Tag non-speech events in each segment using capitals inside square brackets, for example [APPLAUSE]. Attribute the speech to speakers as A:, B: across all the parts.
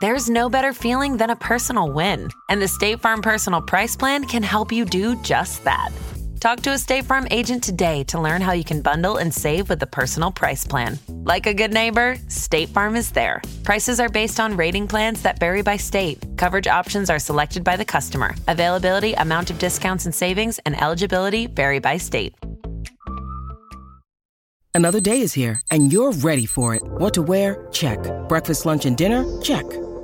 A: There's no better feeling than a personal win, and the State Farm Personal Price Plan can help you do just that. Talk to a State Farm agent today to learn how you can bundle and save with the Personal Price Plan. Like a good neighbor, State Farm is there. Prices are based on rating plans that vary by state. Coverage options are selected by the customer. Availability, amount of discounts and savings, and eligibility vary by state.
B: Another day is here, and you're ready for it. What to wear? Check. Breakfast, lunch, and dinner? Check.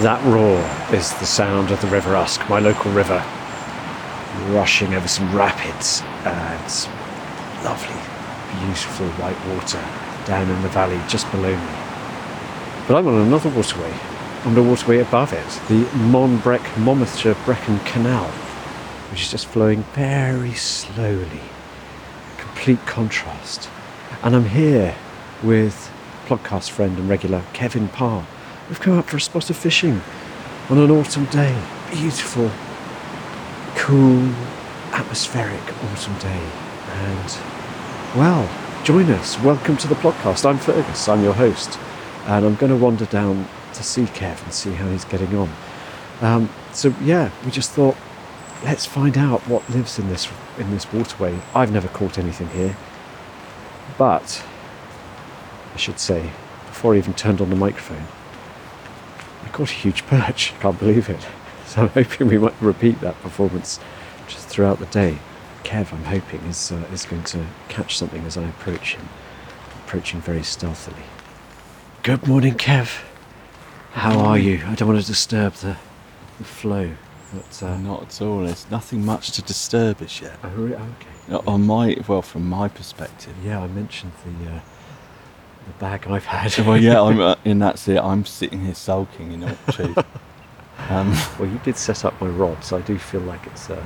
C: That roar is the sound of the River Usk, my local river, rushing over some rapids. Uh, it's lovely, beautiful white water down in the valley just below me. But I'm on another waterway, on the waterway above it, the Monbreck Monmouthshire Brecon Canal, which is just flowing very slowly. Complete contrast. And I'm here with podcast friend and regular Kevin Parr. We've come out for a spot of fishing on an autumn day. Beautiful, cool, atmospheric autumn day. And, well, join us. Welcome to the podcast. I'm Fergus, I'm your host. And I'm going to wander down to see Kev and see how he's getting on. Um, so, yeah, we just thought, let's find out what lives in this, in this waterway. I've never caught anything here. But, I should say, before I even turned on the microphone, I caught a huge perch. Can't believe it. [LAUGHS] So I'm hoping we might repeat that performance just throughout the day. Kev, I'm hoping, is uh, is going to catch something as I approach him, approaching very stealthily. Good morning, Kev. How are you? I don't want to disturb the, the flow, but uh,
D: Not at all. There's nothing much to disturb us yet.
C: oh, re- okay.
D: Uh, On my well, from my perspective.
C: Yeah, I mentioned the uh, the bag I've [LAUGHS] had.
D: Well, yeah, I'm, uh, and that's it. I'm sitting here sulking in all
C: [LAUGHS]
D: truth. Um,
C: Well, you did set up my rod, so I do feel like it's uh,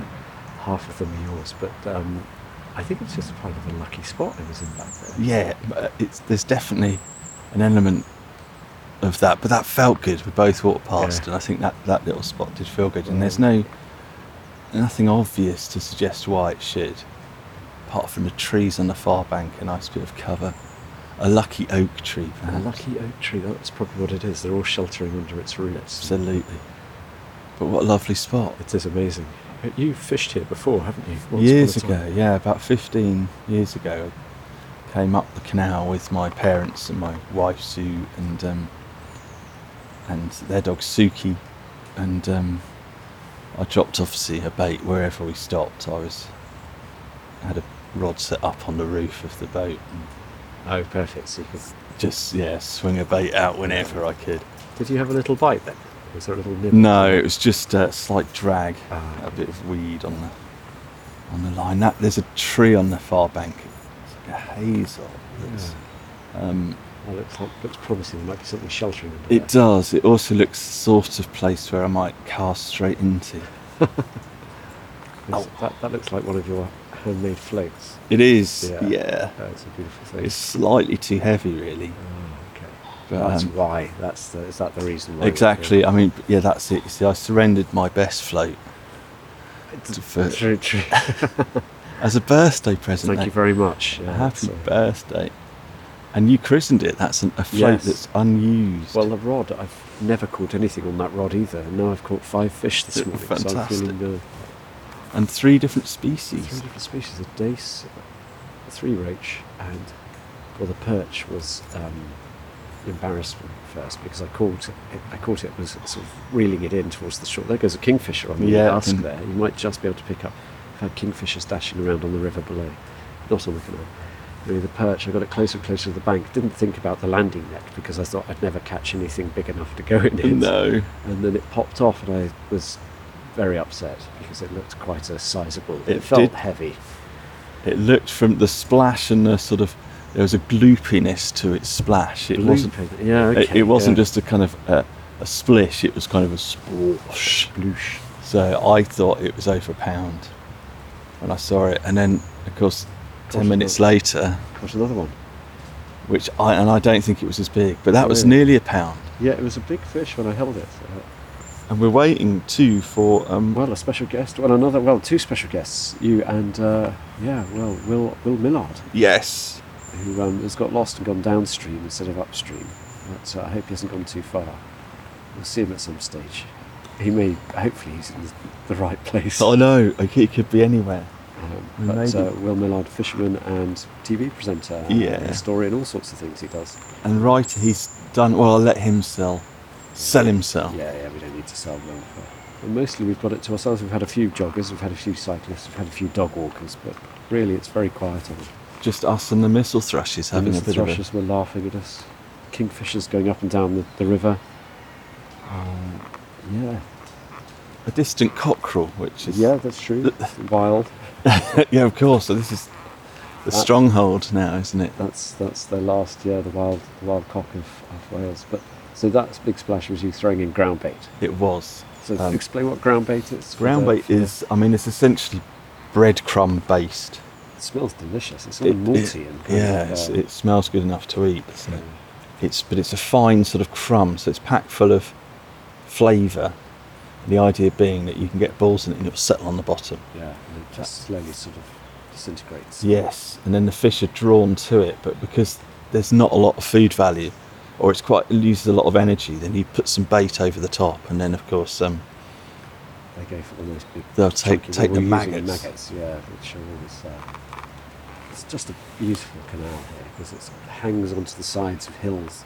C: half of them are yours, but um, I think it's just part of a lucky spot I was in back there.
D: yeah, uh, it's there's definitely an element of that, but that felt good. We both walked
C: Yeah.
D: past,
C: Mm.
D: and I think that that little spot did feel good. And there's no nothing obvious to suggest why it should, apart from the trees on the far bank, a nice bit of cover, a lucky oak tree.
C: A
D: perhaps.
C: lucky oak tree, that's probably what it is. They're all sheltering under its roots.
D: Absolutely. But what a lovely spot.
C: It is amazing. But you fished here before, haven't you? Once
D: years
C: upon a time.
D: ago, yeah, about 15 years ago, I came up the canal with my parents and my wife Sue and um, and their dog Suki, and um, I dropped obviously a bait wherever we stopped. I was had a rod set up on the roof of the boat, and
C: Oh, perfect. So you could...
D: just yeah, swing a bait out whenever I could.
C: Did you have a little bite then? Was there a little nibble?
D: No, it was just a slight drag,
C: Ah,
D: a bit of weed on the on the line. That there's a tree on the far bank, it's like a hazel. that's- um,
C: Oh, looks, like- looks promising. There might be something sheltering under
D: it
C: there.
D: does. It also looks the sort of place where I might cast straight into.
C: Yes,
D: Oh.
C: That, that looks like one of your handmade floats.
D: It is,
C: Yeah.
D: yeah.
C: Oh, it's a beautiful thing.
D: It's slightly too heavy, really.
C: Oh, okay.
D: But,
C: that's
D: um,
C: why. That's the, is that the reason why? we're here?
D: Exactly. I mean, yeah, that's it. You see, I surrendered my best float
C: It's
D: For-
C: true,
D: [LAUGHS]
C: true.
D: as a birthday present.
C: Thank you
D: though.
C: very much. Yeah,
D: Happy
C: so-
D: birthday. And you christened it. That's an, a float
C: Yes.
D: that's unused.
C: Well, the rod, I've never caught anything on that rod either. And now I've caught five fish
D: [LAUGHS]
C: this morning. So I'm
D: Fantastic.
C: feeling uh,
D: and three different
C: three
D: species.
C: different species of dace, a three roach, and well, the perch was um, an embarrassment first because I caught it, I caught it was sort of reeling it in towards the shore. There goes a kingfisher on the
D: Yeah, I
C: ask
D: can-
C: there. You might just be able to pick up. I've had kingfishers dashing around on the river below, not on the canal. Anyway, the perch, I got it closer and closer to the bank. Didn't think about the landing net because I thought I'd never catch anything big enough to go in it
D: No.
C: and then it popped off, and I was very upset because it looked quite a sizable. It,
D: It
C: felt
D: did.
C: heavy.
D: It looked from the splash and the sort of there was a gloopiness to its splash. It wasn't.
C: Blooping. yeah, okay,
D: it, it wasn't
C: yeah.
D: just a kind of a, a splish. It was kind of a splosh.
C: bloosh.
D: So I thought it was over a pound when I saw it, and then of course, ten
C: Gosh,
D: minutes
C: look.
D: later,
C: Got another one.
D: which I and I don't think it was as big, but that was
C: Really?
D: nearly a pound.
C: Yeah, it was a big fish when I held it. Uh,
D: And we're waiting too for um,
C: well, a special guest. Well, another. Well, two special guests. You and uh, yeah. Well, Will Will Millard,
D: yes,
C: who um, has got lost and gone downstream instead of upstream. But uh, I hope he hasn't gone too far. We'll see him at some stage. He may. Hopefully, he's in the right place. [LAUGHS]
D: I know. Like it could be anywhere.
C: Um,
D: We
C: but
D: made
C: uh,
D: it.
C: Will Millard, fisherman and TV presenter,
D: Yeah.
C: and historian, all sorts of things he does.
D: And right, he's done. Well, I'll let him sell, sell himself.
C: Yeah, yeah, we don't need to sell Will. But, and mostly we've got it to ourselves. We've had a few joggers, we've had a few cyclists, we've had a few dog walkers, but really it's very quiet on it.
D: Just us and the missile thrushes having
C: the
D: a bit
C: thrushes
D: of
C: were laughing at us. Kingfishers going up and down the, the river. Um, yeah,
D: a, a distant cockerel, which is
C: yeah, that's true. Wild.
D: [LAUGHS] yeah, of course. So this is the
C: That-
D: stronghold now, isn't it?
C: That's that's their last year, the wild the wild cock of, of Wales. But so that's big splash was you throwing in ground bait.
D: It was.
C: So
D: Um,
C: explain what ground bait is. for
D: Ground
C: the-
D: bait
C: for the-
D: is, I mean, it's essentially breadcrumb based.
C: It smells delicious. It's sort of
D: It-
C: malty
D: it-
C: and kind
D: yeah,
C: of,
D: it's,
C: uh,
D: it smells good enough to eat, doesn't it? It's but it's a fine sort of crumb, so it's packed full of flavour. The idea being that you can get balls in it and it'll settle on the bottom.
C: yeah. And it just slowly sort of disintegrates.
D: Yes, and then the fish are drawn to it, but because there's not a lot of food value, or it's quite it uses a lot of energy, then you put some bait over the top, and then of course um,
C: They go for the most big.
D: They'll take-
C: chunky-
D: take
C: well,
D: the
C: we're using
D: maggots.
C: Yeah, which are always. Uh, it's just a beautiful canal here because it sort of hangs onto the sides of hills.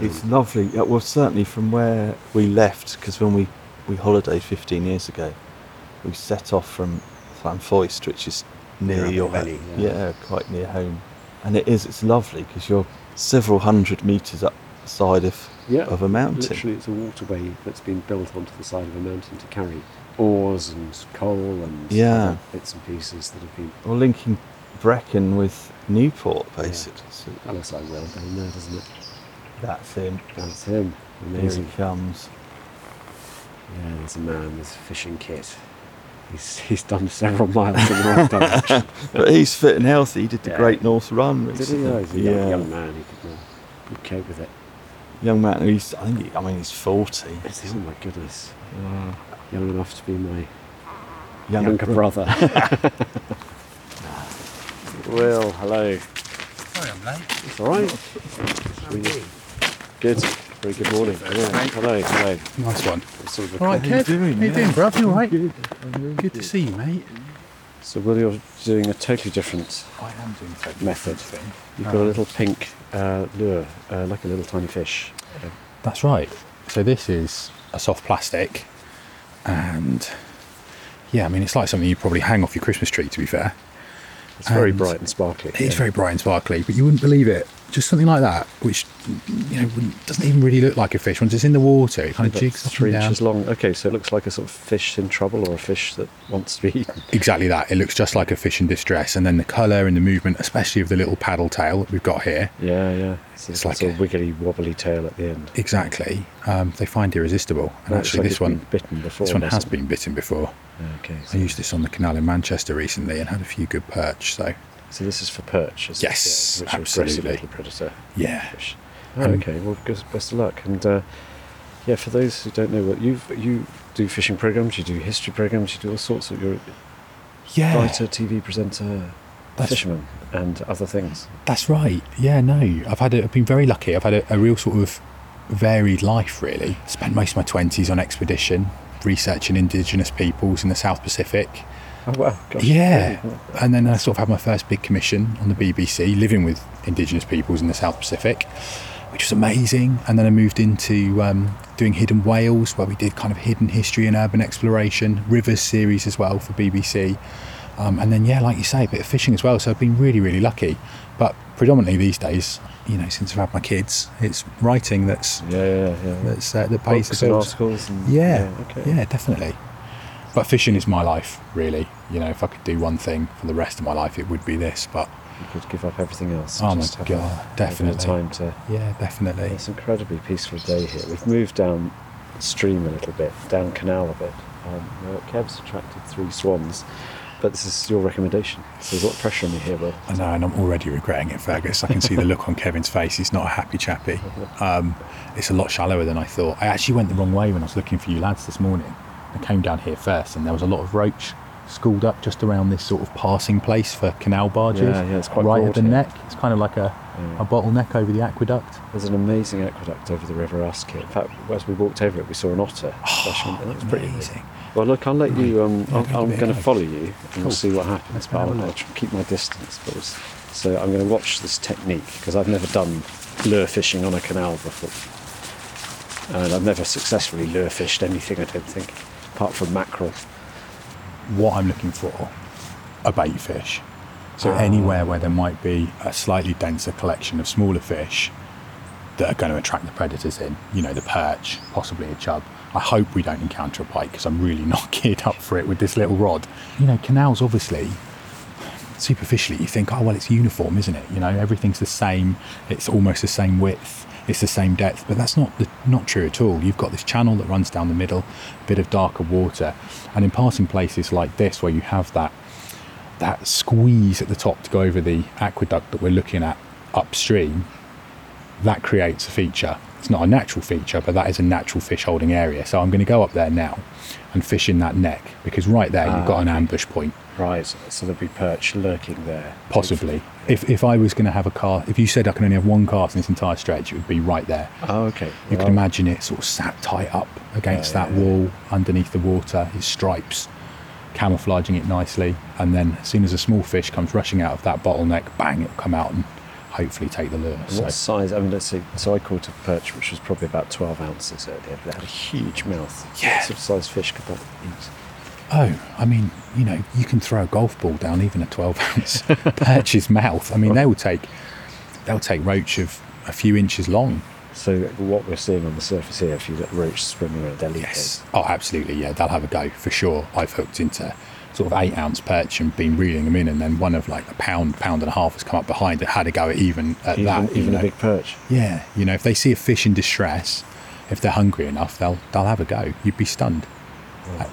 D: It's lovely. Yeah, Well, certainly from where we left, because when we, we holidayed 15 years ago, we set off from Llanfoist, which is near
C: Near
D: your
C: Aberfan,
D: home.
C: yeah.
D: Yeah. quite near home. And it is, it's lovely because you're several hundred metres up the side of, of a mountain.
C: Literally, it's a waterway that's been built onto the side of a mountain to carry ores and coal and
D: Yeah.
C: other bits and pieces that have been.
D: Or linking Brecon with Newport, basically. So
C: Unless I will down there, doesn't it?
D: that's him.
C: That's him.
D: Here he
C: Amazing.
D: comes.
C: Yeah, there's a man with a fishing kit. He's, [LAUGHS] he's done several miles in the wrong direction.
D: But he's fit and healthy. He did the
C: Yeah.
D: Great North Run
C: Did he?
D: recently.
C: Oh, he's a young, young man. He could, uh, could cope with it.
D: Young man. He's, I think. He, I mean, he's 40.
C: Is he? Oh my goodness. Young enough to be my
D: Young-
C: younger brother. Will, hello.
E: Sorry, I'm late.
C: It's all right. Good. Very good morning. Yeah. Hello, hello.
E: Nice one.
C: It's Sort of a
E: All right,
D: How you
E: Kev.
D: doing?
E: How you
D: Yeah.
E: doing, bruv? You all right? Good. to see you, mate.
C: So, Will, you're doing a totally different.
E: I am doing that
C: Method.
E: thing.
C: You've
E: Oh.
C: got a little pink uh, lure, uh, like a little tiny fish.
E: That's right. So this is a soft plastic, and yeah, I mean it's like something you probably hang off your Christmas tree. To be fair,
C: It's very
E: And-
C: bright and sparkly.
E: It's very bright and sparkly, but you wouldn't believe it. Just something like that, which you know wouldn't- doesn't even really look like a fish. Once it's in the water, it kind of
C: About
E: jigs up
C: three
E: and down.
C: inches long. Okay, so it looks like a sort of fish in trouble or a fish that wants to be
E: [LAUGHS]
C: eaten.
E: Exactly that. It looks just like a fish in distress, and then the colour and the movement, especially of the little paddle tail that we've got here,
C: Yeah, yeah. It's,
E: It's
C: like
E: like
C: a
E: a-
C: wiggly wobbly tail at the end.
E: Exactly. Um, they find irresistible, and
C: Looks
E: actually,
C: like
E: this
C: it's been
E: one
C: bitten before.
E: This one has
C: hasn't it?
E: been bitten before.
C: Okay,
E: I
C: so,
E: used this on the canal in Manchester recently and had a few good perch. So
C: so this is for perch. Is
E: Yes,
C: it? Yeah, which are aggressive
E: absolutely.
C: little predator
E: yeah,
C: fish. Oh, okay. Well, good- best of luck. And uh, yeah, for those who don't know, what you've you do fishing programs, you do history programs, you do all sorts of. You're a
E: Yeah,
C: writer, TV presenter,
E: That's-
C: fisherman, and other things.
E: that's right. Yeah, no, I've had. A, I've been very lucky. I've had a, a real sort of varied life. Really, spent most of my twenties on expedition, researching indigenous peoples in the South Pacific.
C: Oh wow! Gosh.
E: [LAUGHS] Yeah. And then I sort of had my first big commission on the BBC, living with Indigenous peoples in the South Pacific, which was amazing. And then I moved into um, doing Hidden Wales, where we did kind of hidden history and urban exploration, rivers series as well for BBC. Um, and then, yeah, like you say, a bit of fishing as well. So I've been really, really lucky. But predominantly these days, you know, since I've had my kids, it's writing that's
C: Yeah, yeah, yeah.
E: that's uh, that pays
C: Books
E: the
C: and
E: bills.
C: articles. And,
E: Yeah,
C: Okay.
E: yeah, definitely. But fishing is my life, really. You know, if I could do one thing for the rest of my life, it would be this. But
C: You could give up everything else.
E: Oh my
C: just have
E: God,
C: a,
E: definitely.
C: A time to.
E: yeah, definitely.
C: It's an incredibly peaceful day here. We've moved down stream a little bit, down canal a bit. Um, uh, Kev's attracted three swans, but this is your recommendation. So there's a lot of pressure on me here, Will.
E: I know, and I'm already regretting it, Fergus. I can see the look on Kevin's face. He's not a happy chappy. Um, it's a lot shallower than I thought. I actually went the wrong way when I was looking for you lads this morning. I came down here first, and there was a lot of roach schooled up just around this sort of passing place for canal barges.
C: Yeah, yeah, it's quite
E: right
C: broad
E: at the
C: here.
E: neck. It's kind of like a, a bottleneck over the aqueduct.
C: There's an amazing aqueduct over the River Usk here. In fact, as we walked over it, we saw an otter. splashing, and that was pretty
E: Oh, amazing.
C: Well, look, I'll let you. Um,
E: Yeah,
C: I'll,
E: give
C: I'm
E: it a
C: going to
E: go.
C: follow you, and
E: Cool.
C: we'll see what happens.
E: Let's
C: But
E: have a
C: I'll, I'll
E: look.
C: try and keep my distance. But it's- so I'm going to watch this technique because I've never done lure fishing on a canal before, and I've never successfully lure fished anything. I don't think, apart from mackerel.
E: what I'm looking for are bait fish. So anywhere where there might be a slightly denser collection of smaller fish that are going to attract the predators in, you know, the perch, possibly a chub. I hope we don't encounter a pike because I'm really [LAUGHS] not geared up for it with this little rod. You know, canals obviously superficially you think, oh well, it's uniform, isn't it? You know, everything's the same. It's almost the same width. It's the same depth, but that's not the, not true at all. You've got this channel that runs down the middle, a bit of darker water, and in passing places like this where you have that that squeeze at the top to go over the aqueduct that we're looking at upstream, that creates a feature. It's not a natural feature, but that is a natural fish holding area. So I'm going to go up there now and fish in that neck because right there you've got an ambush point
C: Right, so there'll be perch lurking there.
E: possibly. If, if I was going to have a cast, if you said I can only have one cast in this entire stretch, it would be right there.
C: Oh, okay.
E: You
C: Well,
E: can imagine it sort of sat tight up against that wall, underneath the water, his stripes camouflaging it nicely. And then as soon as a small fish comes rushing out of that bottleneck, bang, it'll come out and hopefully take the lure.
C: What
E: So,
C: size? I mean, let's see. So I caught a perch, which was probably about 12 ounces earlier, but it had a huge mouth.
E: Yeah.
C: What sort of size fish could that eat?
E: oh, I mean, you know, you can throw a golf ball down even a 12 [LAUGHS] ounce perch's mouth. I mean, they will take, they'll take roach of a few inches long.
C: So what we're seeing on the surface here, if you let roach swim around, they'll eat
E: Yes.
C: those.
E: Oh, absolutely. Yeah, they'll have a go for sure. I've hooked into sort of eight ounce perch and been reeling them in, and then one of like a pound, pound and a half has come up behind and had a go at even at
C: Even,
E: that. you
C: even
E: know.
C: a big perch.
E: Yeah, you know, if they see a fish in distress, if they're hungry enough, they'll they'll have a go. You'd be stunned.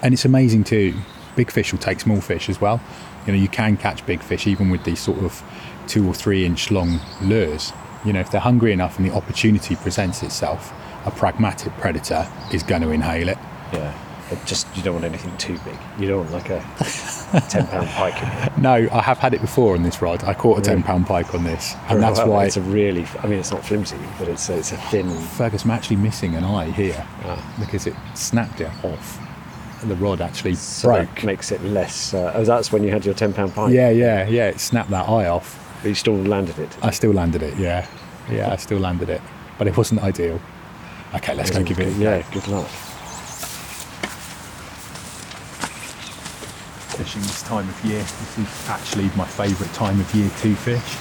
E: And it's amazing too. Big fish will take small fish as well. You know, you can catch big fish even with these sort of two or three inch long lures. You know, if they're hungry enough and the opportunity presents itself, a pragmatic predator is going to inhale it.
C: Yeah. But just, you don't want anything too big. You don't want like a 10
E: [LAUGHS]
C: pound pike in here.
E: No, I have had it before on this rod. I caught a ten pound pike on this, and that's
C: Well,
E: why
C: It's a really, I mean, it's not flimsy, but it's a, it's a thin.
E: Fergus, I'm actually missing an eye here
C: Ah.
E: because it snapped it off. And the rod actually
C: So
E: broke.
C: that makes it less. Uh, oh, that's when you had your 10 pound pike.
E: Yeah, yeah, yeah. It snapped that eye off.
C: But you still landed it.
E: I still landed it. Yeah, yeah. I still landed it, but it wasn't ideal. Okay, let's go give it. a go.
C: Yeah, good luck.
E: fishing this time of year. This is actually my favourite time of year to fish.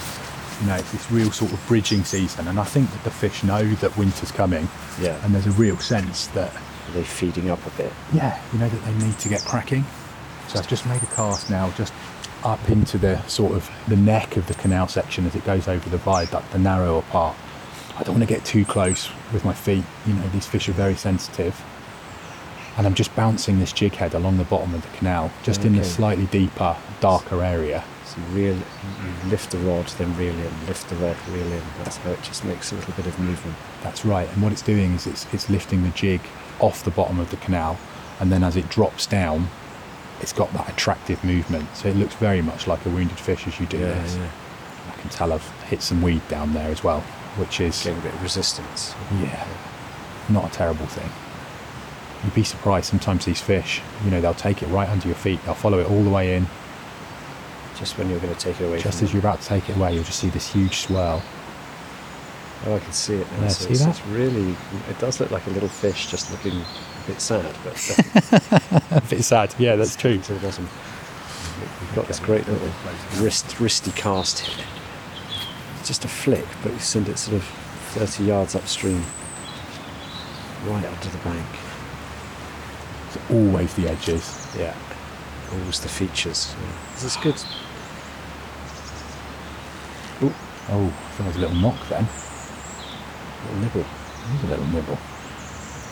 E: You know, it's this real sort of bridging season, and I think that the fish know that winter's coming.
C: Yeah.
E: And there's a real sense that,
C: Are they feeding up a bit?
E: yeah, you know, that they need to get cracking. So I've just made a cast now, just up into the sort of the neck of the canal section as it goes over the viaduct, the narrower part. I don't want to get too close with my feet. You know, these fish are very sensitive. And I'm just bouncing this jig head along the bottom of the canal, just in the
C: Okay.
E: slightly deeper, darker area.
C: So you reel, you lift the rod, then reel in, lift the rod, reel in. That's how it just makes a little bit of movement.
E: That's right. And what it's doing is it's, it's lifting the jig off the bottom of the canal and then as it drops down, it's got that attractive movement. So it looks very much like a wounded fish as you do this. I can tell I've hit some weed down there as well, which is
C: Getting a bit of resistance.
E: yeah, not a terrible thing. You'd be surprised sometimes these fish, you know, they'll take it right under your feet, they'll follow it all the way in.
C: Just when you're going to take it away.
E: Just
C: from
E: as you're about to take it away, you'll just see this huge swirl. [LAUGHS]
C: Oh, I can see it now.
E: Yeah,
C: so
E: see
C: it's,
E: that?
C: it's really. It does look like a little fish, just looking a bit sad, but
E: [LAUGHS] a bit sad. Yeah, that's true.
C: to the bottom. We've got this great little wrist, wristy cast here. It's Just a flick, but you send it sort of 30 yards upstream, right up to the bank.
E: It's always the edges.
C: Yeah, always the features. Yeah. This is good. Ooh,
E: Oh, I thought it was a little knock then.
C: little nibble.
E: It was a little nibble.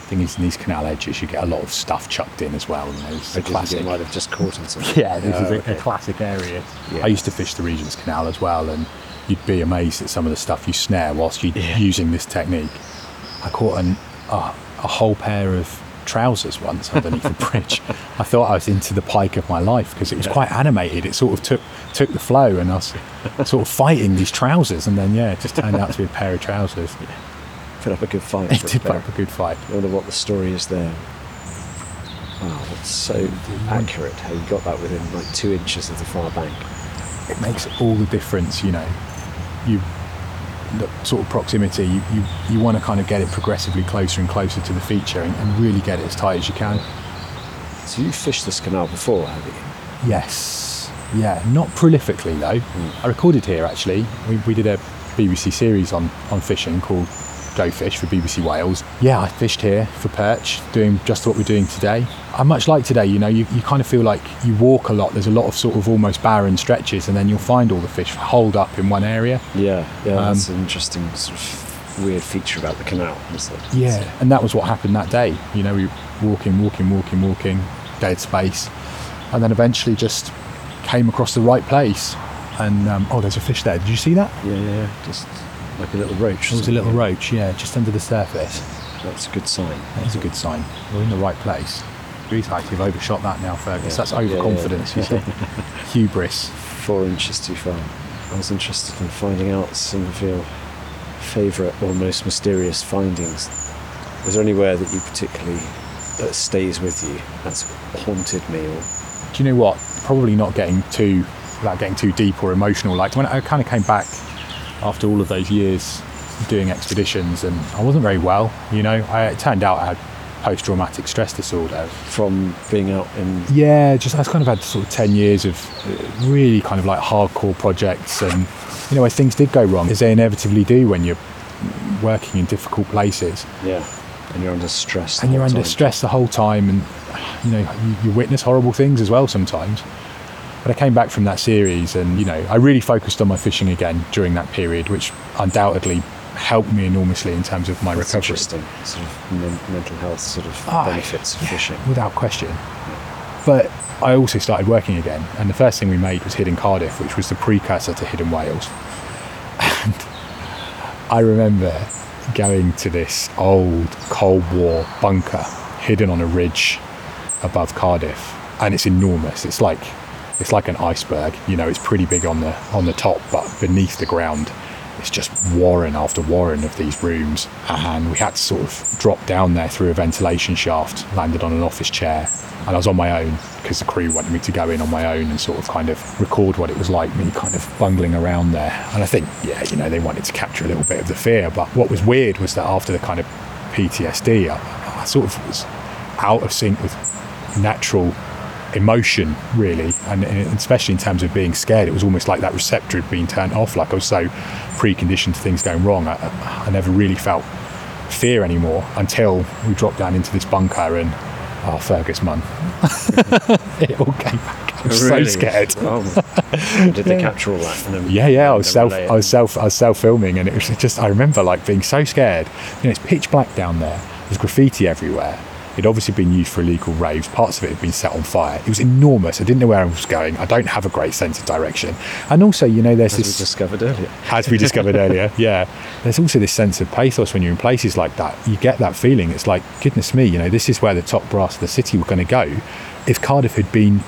E: Thing is, in these canal edges, you get a lot of stuff chucked in as well. You know, it's a
C: Because you
E: classic.
C: might have just caught on something.
E: [LAUGHS] Yeah, this is
C: Oh,
E: a,
C: okay.
E: a classic area.
C: Yeah.
E: I used to fish the Regent's Canal as well, and you'd be amazed at some of the stuff you snare whilst you're
C: Yeah.
E: using this technique. I caught an, uh, a whole pair of trousers once underneath a [LAUGHS] bridge. I thought I was into the pike of my life because it was quite animated. It sort of took took the flow, and I was sort of fighting these trousers, and then yeah, it just turned out to be a pair of [LAUGHS] trousers.
C: Put up a good fight.
E: It
C: for a
E: [LAUGHS] did put
C: pair.
E: up a good fight.
C: I wonder what the story is there. Wow, that's so accurate how you got that within like two inches of the far bank.
E: it makes all the difference, you know. You the sort of proximity, you, you, you want to kind of get it progressively closer and closer to the feature and, and really get it as tight as you can.
C: So you fished this canal before, have you?
E: Yes. Yeah, not prolifically though. I recorded here actually. We, we did a BBC series on, on fishing called Go Fish for BBC Wales. Yeah, I fished here for perch, doing just what we're doing today. I much like today, you know, you, you kind of feel like you walk a lot. There's a lot of sort of almost barren stretches, and then you'll find all the fish holed up in one area.
C: Yeah, yeah.
E: Um,
C: that's an interesting sort of weird feature about the canal. Isn't it?
E: Yeah, and that was what happened that day. You know, we were walking, walking, walking, walking, dead space, and then eventually just came across the right place. And um, oh, there's a fish there. Did you see that?
C: yeah, yeah, yeah. Just like a little roach.
E: It was a little roach. Yeah, just under the surface.
C: That's a good sign.
E: That is a good sign. We're in the right place. Really, like you've overshot that now, Fergus.
C: Yeah.
E: That's
C: Yeah, yeah,
E: overconfidence.
C: yeah.
E: [LAUGHS] You see, hubris.
C: Four inches too far. I was interested in finding out some of your favourite or most mysterious findings. Is there anywhere that you particularly that stays with you that's haunted me or
E: do you know what? Probably not getting too, without getting too deep or emotional. Like when I kind of came back after all of those years doing expeditions, and I wasn't very well. You know, I, it turned out I had post-traumatic stress disorder.
C: from being out in
E: Yeah, just I've kind of had sort of ten years of uh, really kind of like hardcore projects, and you know, where things did go wrong, as they inevitably do when you're working in difficult places.
C: yeah and you're under stress the
E: and you're
C: whole
E: under
C: time.
E: stress the whole time and you know you, you witness horrible things as well sometimes but i came back from that series and you know i really focused on my fishing again during that period which undoubtedly helped me enormously in terms of my
C: That's
E: recovery
C: interesting sort of men- mental health sort of
E: Ah,
C: benefits of
E: yeah,
C: fishing
E: without question but i also started working again and the first thing we made was hidden cardiff which was the precursor to hidden wales and i remember going to this old cold war bunker hidden on a ridge above cardiff and it's enormous it's like it's like an iceberg you know it's pretty big on the on the top but beneath the ground it's just warren after warren of these rooms and we had to sort of drop down there through a ventilation shaft landed on an office chair and i was on my own because the crew wanted me to go in on my own and sort of kind of record what it was like me kind of bungling around there and i think yeah you know they wanted to capture a little bit of the fear but what was weird was that after the kind of ptsd i, I sort of was out of sync with natural emotion really and, and especially in terms of being scared it was almost like that receptor had been turned off like i was so preconditioned to things going wrong i, I I never really felt fear anymore until we dropped down into this bunker and oh fergus man [LAUGHS] it all came back i was
C: Really?
E: so scared [LAUGHS]
C: oh, my- did they capture all that and then-
E: yeah, yeah. I
C: and
E: was
C: then
E: self,
C: relay it?
E: I was self, I was self filming, and it was just. I remember like being so scared. You know, it's pitch black down there. There's graffiti everywhere, It'd obviously been used for illegal raves. Parts of it had been set on fire. It was enormous. I didn't know where I was going. I don't have a great sense of direction. And also, you know, there's
C: as we
E: this
C: discovered earlier.
E: as
C: [LAUGHS]
E: we discovered earlier. Yeah, there's also this sense of pathos when you're in places like that. You get that feeling. It's like, goodness me, you know, this is where the top brass of the city were going to go if Cardiff had been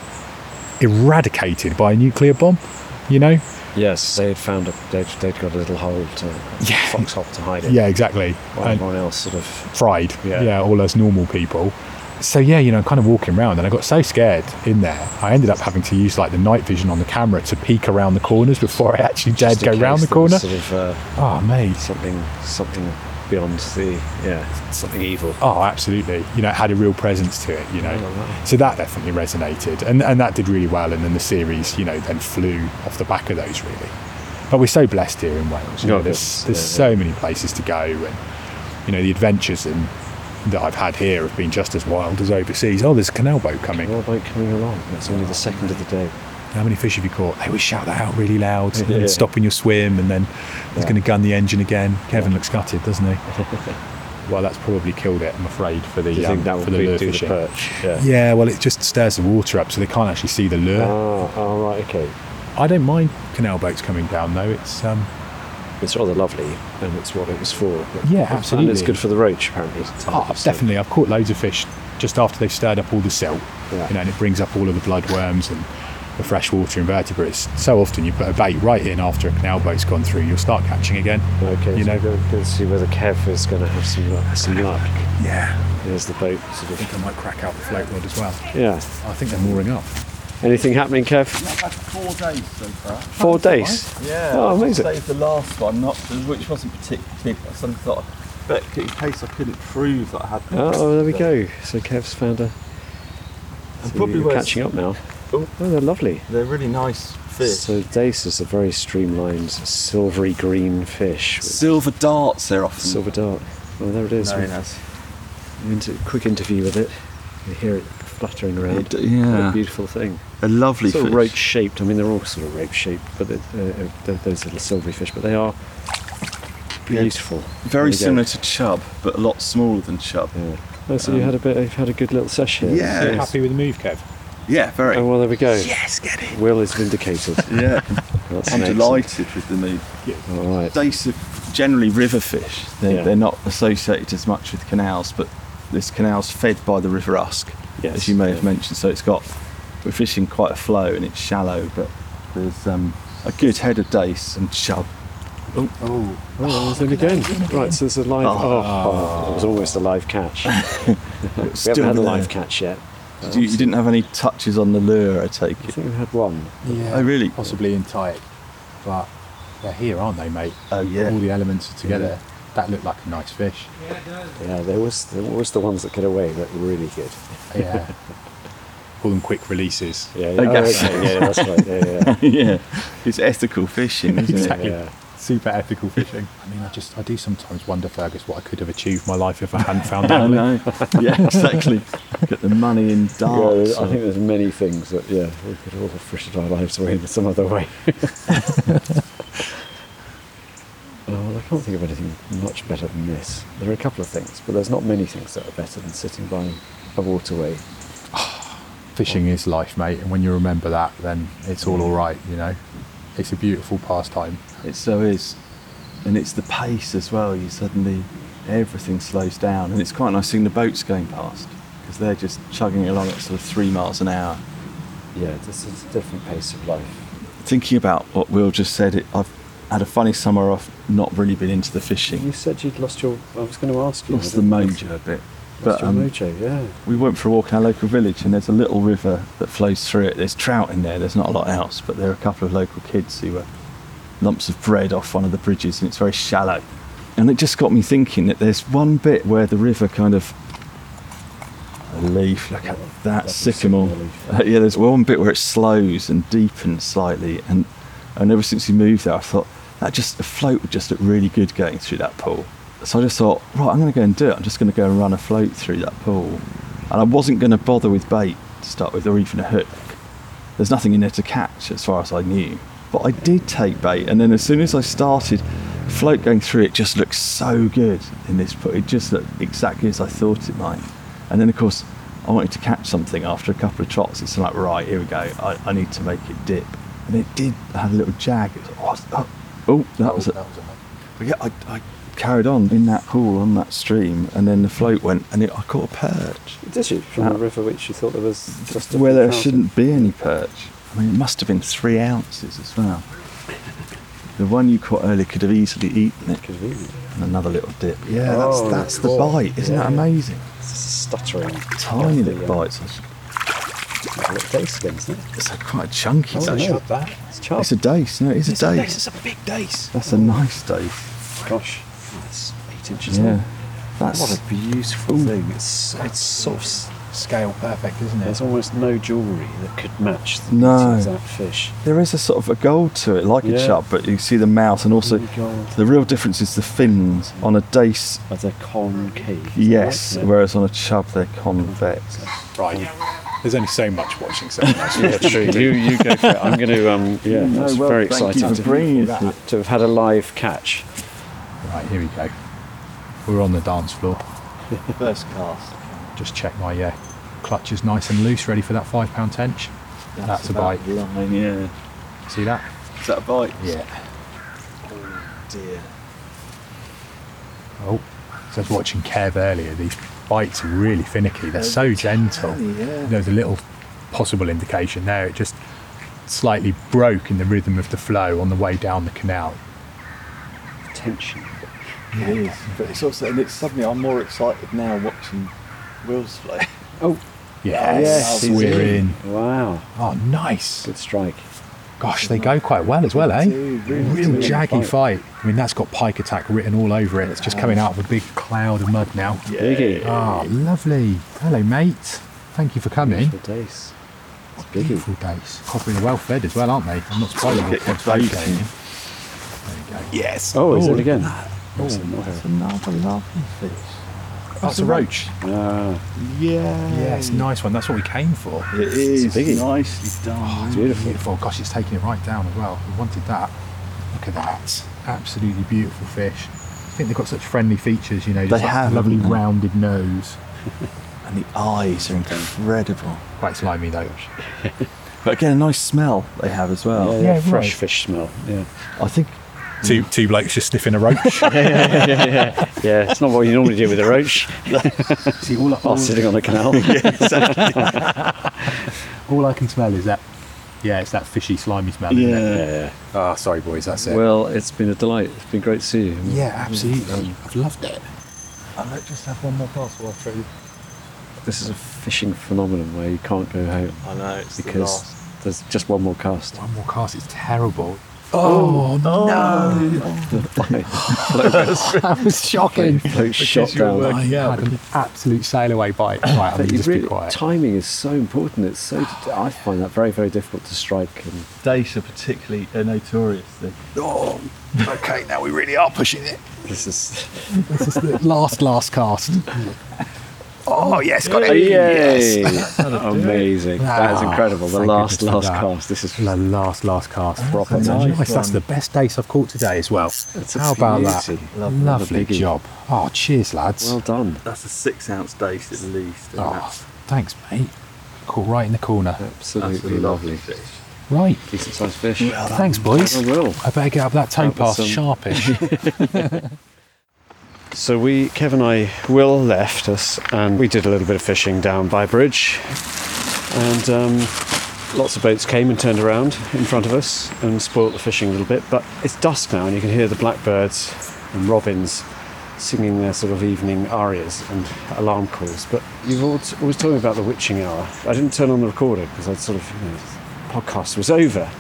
E: eradicated by a nuclear bomb. You know?
C: Yes, they had found a they'd, they'd got a little hole to
E: Yeah.
C: foxhole to hide in.
E: Yeah, exactly.
C: while
E: And-
C: everyone else sort of
E: fried.
C: Yeah.
E: all us normal people. So yeah, you know, I'm kind of walking around, and I got so scared in there. I ended up having to use like the night vision on the camera to peek around the corners before I actually dared
C: just in
E: go round the
C: case there was Sort
E: corner.
C: of uh,
E: Oh mate,
C: something something beyond the yeah something evil.
E: oh absolutely. You know, it had a real presence to it. You know, so that definitely resonated, and and that did really well. And then the series, you know, then flew off the back of those really. But we're so blessed here in Wales. You
C: Oh,
E: know, there's
C: yes.
E: there's
C: Yeah,
E: so many places to go, and you know the adventures and that I've had here have been just as wild as overseas. Oh, there's a canal boat coming.
C: What about coming along? That's only the second of the day.
E: How many fish have you caught? They would shout that out really
C: [LAUGHS]
E: loud, and
C: Yeah.
E: then stop in your swim, and then he's going to gun the engine again. Kevin looks gutted, doesn't
C: [LAUGHS]
E: he? well, that's probably killed it, I'm afraid, for the
C: Do you
E: um,
C: think that
E: for
C: would
E: the
C: be,
E: lure
C: do
E: fishing.
C: the perch? Yeah.
E: yeah, well, it just stirs the water up, so they can't actually see the lure.
C: Ah, oh, right, okay.
E: I don't mind canal boats coming down, though. It's um,
C: It's rather lovely, and it's what it was for. but-
E: Yeah,
C: And it's
E: absolutely.
C: good for the roach, apparently.
E: Oh,
C: So-
E: definitely. I've caught loads of fish just after they've stirred up all the silt,
C: Yeah.
E: you know, and it brings up all of the bloodworms and the freshwater invertebrates. So often you put a bait right in after a canal boat's gone through, you'll start catching again.
C: Okay,
E: you know.
C: so let's see whether Kev is going to have some luck. Some luck.
E: Yeah,
C: There's the boat, sort
E: I think
C: of.
E: I might crack out the float rod as well.
C: Yeah.
E: I think they're mooring up.
C: Anything happening, Kev?
D: I've had four days so far.
C: Four days.
D: Yeah,
C: Oh, amazing.
D: I saved the last one, not which wasn't particularly. I sort of thought, but in case I couldn't prove that I had.
C: Oh, oh, there we go. So Kev's found a. so
D: probably
C: you're
D: worth-
C: catching up now.
D: Oh.
C: Oh, they're lovely.
D: They're really nice fish.
C: So dace is a very streamlined, silvery green fish with
D: Silver darts, they're often.
C: silver dart. Well, there it is.
D: Very
C: We've-
D: nice.
C: Into quick interview with it. You hear it fluttering around.
D: d- yeah.
C: What a beautiful thing.
D: A lovely
C: Sort of
D: fish.
C: roach shaped. I mean, they're all sort of roach shaped, but it- uh, uh, th- those little silvery fish. But they are beautiful. There we
D: Very
C: go.
D: similar to chub, but a lot smaller than chub.
C: Yeah. Oh, so you had a bit. You've had a good little sesh here.
D: Yeah. Yes.
E: Happy with the move, Kev?
D: Yeah, very.
C: Oh well, there we go. Yes, get [LAUGHS] it. Will is vindicated.
D: [LAUGHS] Yeah,
C: That's
D: I'm
C: an excellent-
D: delighted with the move.
C: All right.
D: Dace are generally river fish. They,
C: Yeah.
D: They're not associated as much with canals, but this canal's fed by the River Usk,
C: Yes,
D: as you may have
C: yeah.
D: mentioned. So it's got we're fishing quite a flow and it's shallow, but there's um, a good head of dace and chub.
C: Oh, there's him again. Right, so there's a live. Oh, it was almost a live
D: [LAUGHS]
C: catch. we haven't
D: Still
C: had a
D: there.
C: live catch yet.
D: Did you, you didn't have any touches on the lure, I take
C: I [LAUGHS]
D: it. [LAUGHS]
C: think we had one.
E: Yeah.
D: Oh, really?
E: Possibly in tight, but they're here, aren't they, mate?
D: Oh, yeah.
E: All the elements are together. That looked like a nice fish.
C: Yeah, there was there was the ones that get away that were really good.
E: Yeah.
D: [LAUGHS]
E: Call them quick releases.
C: Yeah,
D: I
C: yeah, oh,
D: guess.
C: okay, yeah, that's right.
D: [LAUGHS]
C: Yeah,
D: yeah, it's ethical fishing, isn't
E: Exactly.
C: Yeah.
E: Super
D: [LAUGHS]
E: ethical fishing. I mean, I just, I do sometimes wonder, Fergus, what I could have achieved my life if I
D: [LAUGHS]
E: hadn't found
D: it? I
E: out.
C: [LAUGHS]
D: know. Yeah, exactly. Get the money in
C: yeah. yeah
D: darts.
C: I think there's many things that yeah we could all have frittered our lives away in some other way. [LAUGHS] Oh, well, I can't think of anything much better than this. There are a couple of things, but there's not many things that are better than sitting by a waterway
E: Fishing is life, mate, and when you remember that, then it's all all right. You know, it's a beautiful pastime.
D: It so is. And it's the pace as well. You suddenly, everything slows down. And it's quite nice seeing the boats going past because they're just chugging it along at sort of three miles an hour.
C: Yeah, this is a different pace of life.
D: Thinking about what Will just said, it, I've had a funny summer off, not really been into the
C: You
D: fishing.
C: said you'd lost your. I was going to ask you.
D: Lost the
C: didn't I?
D: mojo a bit.
C: Lost
D: But
C: your
D: um,
C: mojo, yeah.
D: we went for a walk in our local village and there's a little river that flows through it. There's trout in there, there's not a lot else, but there are a couple of local kids who were lumps of bread off one of the bridges and it's very shallow. And it just got me thinking that there's one bit where the river kind of a leaf, look at that sycamore. Uh, yeah, there's one bit where it slows and deepens slightly and and ever since we moved there I thought that just a float would just look really good going through that pool. So I just thought, right, I'm gonna go and do it. I'm just gonna go and run a float through that pool. And I wasn't gonna bother with bait to start with or even a hook there's nothing in there to catch as far as I knew. But I did take bait, and then as soon as I started, float going through it just looked so good in this put. It just looked exactly as I thought it might. And then, of course, I wanted to catch something after a couple of trots. It's like, right, here we go. I, I need to make it dip. And it did have a little jag. It was, oh, oh, that was it. But yeah, I, I carried on in that pool on that stream, and then the float went, and it, I caught a perch
F: Did you? From a river which you thought there was just a
D: where there
F: thousand.
D: shouldn't be any perch. I mean, it must have been three ounces
F: [LAUGHS]
D: as well. The one you caught earlier could have easily eaten it,
F: Could have eaten it.
D: and another little dip. Yeah,
F: Oh,
D: that's that's
F: cool.
D: the bite. Isn't
F: Yeah,
D: that
F: yeah.
D: amazing?
F: It's stuttering.
D: Tiny
F: of the,
D: little
F: uh,
D: bites. It's-
C: uh,
F: Little day skin, isn't it?
D: It's a quite a chunky.
F: Oh,
D: dace.
F: yeah. It's chub.
D: It's a dace. No, it is a
C: It's a dace, it's
D: dace.
C: a big dace.
D: That's a nice dace.
F: Gosh, that's eight inches
D: Yeah,
F: long.
D: that's
C: What a beautiful thing. It's it's sort of s-
E: Scale perfect, isn't
F: There's
E: it?
F: almost no jewellery that could match the beauty
D: No.
F: of that fish.
D: There is a sort of a gold to it, like a
F: Yeah.
D: chub, but you see the mouth, and also
F: Really gold.
D: the real difference is the fins. On a dace,
F: Are they concave? isn't
D: yes,
F: it?
D: whereas on a chub they're convex.
E: Right. There's only so much watching someone
D: [LAUGHS]
E: else.
C: yeah, true. You you go for it. I'm going to um yeah.
D: No,
C: that's
D: well,
C: very
D: thank you
C: exciting.
D: for bringing
C: that.
D: it.
F: To have had a live catch.
E: Right, here we go. We're on the dance floor.
D: First cast.
E: Just check my uh, clutch is nice and loose, ready for that five pound tench. That's, a bite.
D: Line, yeah.
E: See that?
D: Is that a bite?
E: Yeah.
D: Dear.
E: Oh, so I was watching Kev earlier. These bites are really finicky. They're so gentle.
D: yeah.
E: There's a little possible indication there. It just slightly broke in the rhythm of the flow on the way down the canal.
F: Tension.
D: It is. But it's also, and it's suddenly I'm more excited now watching Will's play.
F: Oh,
E: Yes,
D: Yes,
E: we're
D: easy.
E: in.
F: wow.
E: Oh, nice.
F: Good strike.
E: Gosh, they go quite well as well, eh?
D: do, really
E: Real
D: do.
E: jaggy fight. I mean, that's got pike attack written all over it. It's just coming out of a big cloud of mud now.
F: Biggie.
E: Ah, lovely. Hello, mate. Thank you for coming.
F: Beautiful days. It's biggie.
E: Beautiful days. Copping well fed as well, aren't they? I'm not surprised. they're
D: Get your
E: quite
D: bait
E: big.
D: in.
E: Yes.
F: Oh, is
E: Oh,
F: it again?
D: That's another lovely fish.
E: That's a roach.
F: Ah,
D: Yeah.
E: Yes, nice one. That's what we came for.
D: It is.
F: biggie.
D: Nicely done.
F: beautiful.
E: Beautiful. Gosh, it's taking it right down as well. We wanted that. Look at that. Absolutely beautiful fish. I think they've got such friendly features, you know, just
D: They
E: that
D: have,
E: lovely
D: haven't they?
E: rounded nose.
D: And the eyes are incredible.
E: Quite slimy though.
D: But again, a nice smell they have as well.
F: Yeah,
E: Yeah,
F: fresh
E: right.
F: fish smell. Yeah.
D: I think
E: Two two blokes just sniffing a roach.
F: [LAUGHS] Yeah, it's not what you normally do with a roach
E: [LAUGHS]
F: [LAUGHS]
E: See, all,
D: Oh,
F: while sitting on a canal.
E: all I can smell is that. Yeah, it's that fishy, slimy smell. Yeah. Isn't it?
F: Yeah.
E: Oh, sorry, boys. That's it.
C: Well, it's been a delight. It's been great to see you.
E: yeah, absolutely. I've loved it.
D: I might just have one more pass while through.
C: This is a fishing phenomenon where you can't go home
D: I know it's the
C: because
D: last.
C: there's just one more cast.
E: One more cast. It's terrible. Oh, no! that was shocking.
C: Float shot down.
E: I had an absolute sail away bite. Right, I'm
C: But you
E: just be
C: really-
E: quiet.
C: timing is so important. It's so I find that very very difficult to strike. And
D: Dace are particularly uh, notorious. They-
E: Oh, okay, now we really are pushing it.
C: this is
E: This is the last, last cast. [LAUGHS] Oh, yes, got it.
C: yay! [LAUGHS] Amazing. That is
E: Ah,
C: incredible. The
E: thank
C: last
E: goodness
C: last
E: for that.
C: cast. This is
E: The last, last cast. Proper
D: a
E: nice.
D: nice
E: That's
D: one.
E: the best dace I've caught today as well.
C: That's a
E: How about that?
C: beauty. Love-
E: Lovely,
C: love a biggie.
E: job. Oh, cheers, lads.
C: well done.
D: That's a six ounce dace at least. and
E: oh,
D: that's-
E: thanks, mate. Cool, right in the corner.
D: that's
C: Absolutely
D: a
C: lovely.
D: fish.
E: Right.
C: Decent sized fish.
E: Thanks, boys.
C: I will.
E: I better get up that tow
C: That was
E: path
C: some-
E: sharpish.
C: [LAUGHS] So we, Kev and I, Will left us, and we did a little bit of fishing down by bridge, and um, lots of boats came and turned around in front of us and spoilt the fishing a little bit. But it's dusk now, and you can hear the blackbirds and robins singing their sort of evening arias and alarm calls. But you've always, always told me about the witching hour. I didn't turn on the recorder because I'd sort of you know, podcast was over.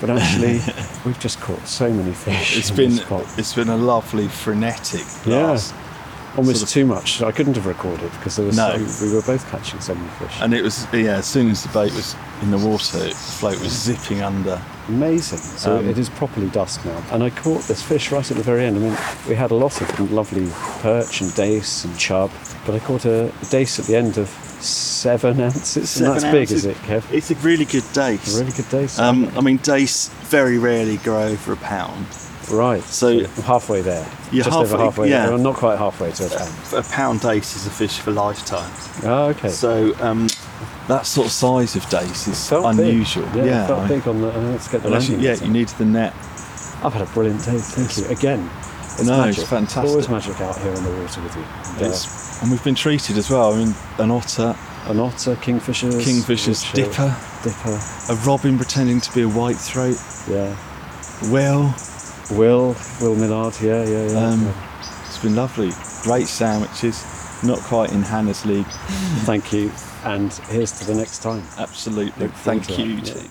C: But actually,
D: [LAUGHS]
C: we've just caught so many fish.
D: It's
C: on
D: been
C: the spot.
D: it's been a lovely frenetic.
C: Yeah.
D: Last,
C: almost
D: sort of-
C: too much. I couldn't have recorded because there was
D: No.
C: so, we were both catching so many fish.
D: and it was yeah. As soon as the bait was in the water, the float was zipping under.
C: Amazing. So
D: Um,
C: it is properly dusk now, and I caught this fish right at the very end. I mean, we had a lot of lovely perch and dace and chub, but I caught a dace at the end of
G: Seven [LAUGHS] ounces.
H: Seven
G: and that's big,
H: ounces.
G: is it, Kev?
H: It's a really good dace.
G: A really good day. sir.
H: Um, I mean, dace very rarely grow over a pound.
G: right.
H: so-
G: I'm halfway there.
H: You're
G: Just over
H: halfway-
G: halfway
H: yeah.
G: there. I'm not quite halfway to a pound.
H: A pound dace is a fish for lifetime.
G: Oh, okay.
H: So um,
D: That sort of size of dace is
G: Felt thick.
D: unusual.
G: Yeah,
H: Yeah,
G: felt
H: I-
G: thick on the. uh, let's get the
D: Unless you,
G: landing.
D: yeah, you need the net.
G: I've had a brilliant day. Thank you again. It's
D: No, it's
G: magic.
D: fantastic.
G: Always magic out here on the water with you. And, uh,
D: It's, and we've been treated as well. I mean, an otter,
G: an otter, kingfishers,
D: kingfisher's
G: which, uh,
D: dipper,
G: dipper.
D: a robin pretending to be a white throat,
G: Yeah.
D: whale.
G: Will, Will Millard. Yeah, yeah, yeah.
D: Um, it's been lovely. Great sandwiches. Not quite in Hannah's league.
G: Thank you, and here's to the next time.
D: Absolutely.
G: Look forward
D: Thank
G: to
D: you,
G: that, yeah.
D: team.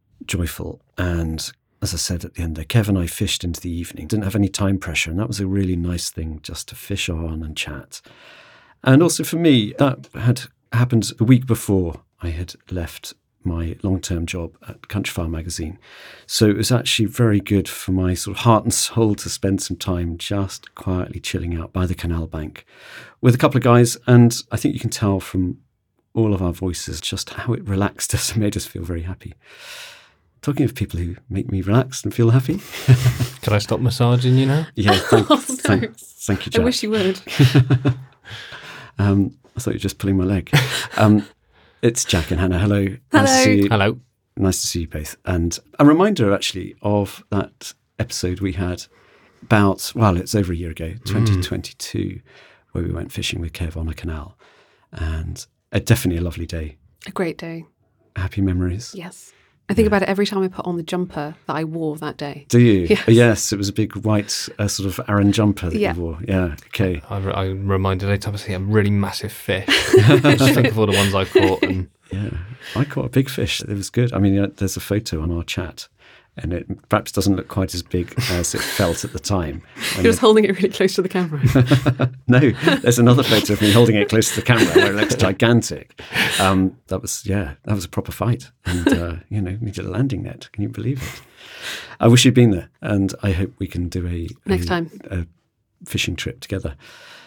C: joyful. And as I said at the end there, Kev and I fished into the evening, didn't have any time pressure. And that was a really nice thing just to fish on and chat. And also for me, that had happened the week before I had left my long term job at Country Farm magazine. So it was actually very good for my sort of heart and soul to spend some time just quietly chilling out by the canal bank with a couple of guys. And I think you can tell from all of our voices just how it relaxed us [LAUGHS] and made us feel very happy. Talking of people who make me relaxed and feel happy. [LAUGHS]
E: Can I stop massaging you now?
B: [LAUGHS]
C: Yeah, thank,
B: Oh,
C: thank-
B: no.
C: thank
B: I
C: you, Jack.
B: wish you would.
C: [LAUGHS]
B: [LAUGHS]
C: Um, I thought you were just pulling my leg. Um, it's Jack and Hannah. Hello. Nice to
B: Hello.
C: see you.
E: Hello.
C: Nice to see you both. And a reminder, actually, of that episode we had about, well, it's over a year ago,
E: Mm.
C: 2022, where we went fishing with Kev on a canal. And uh, definitely a lovely day.
B: A great day.
C: Happy memories.
B: Yes. I think about it every time I put on the jumper that I wore that day.
C: Do you?
B: [LAUGHS] Yes.
C: it was a big white uh, sort of Aran jumper that
B: Yeah.
C: you wore. Yeah. Okay.
E: I, re- I'm reminded every time I see a really massive fish. I just think of all the ones I caught. And
C: Yeah. I caught a big fish. It was good. I mean, uh, there's a photo on our chat, and it perhaps doesn't look quite as big
B: [LAUGHS]
C: as it felt at the time.
B: He was holding it really close to the camera.
C: [LAUGHS] No, there's
B: [LAUGHS]
C: another photo of me holding it close to the camera where it looks gigantic. Um, that was, yeah, that was a proper fight. And, uh, you know, needed a landing net. Can you believe it? I wish you'd been there. And I hope we can do a, a-
B: Next time.
C: a fishing trip together.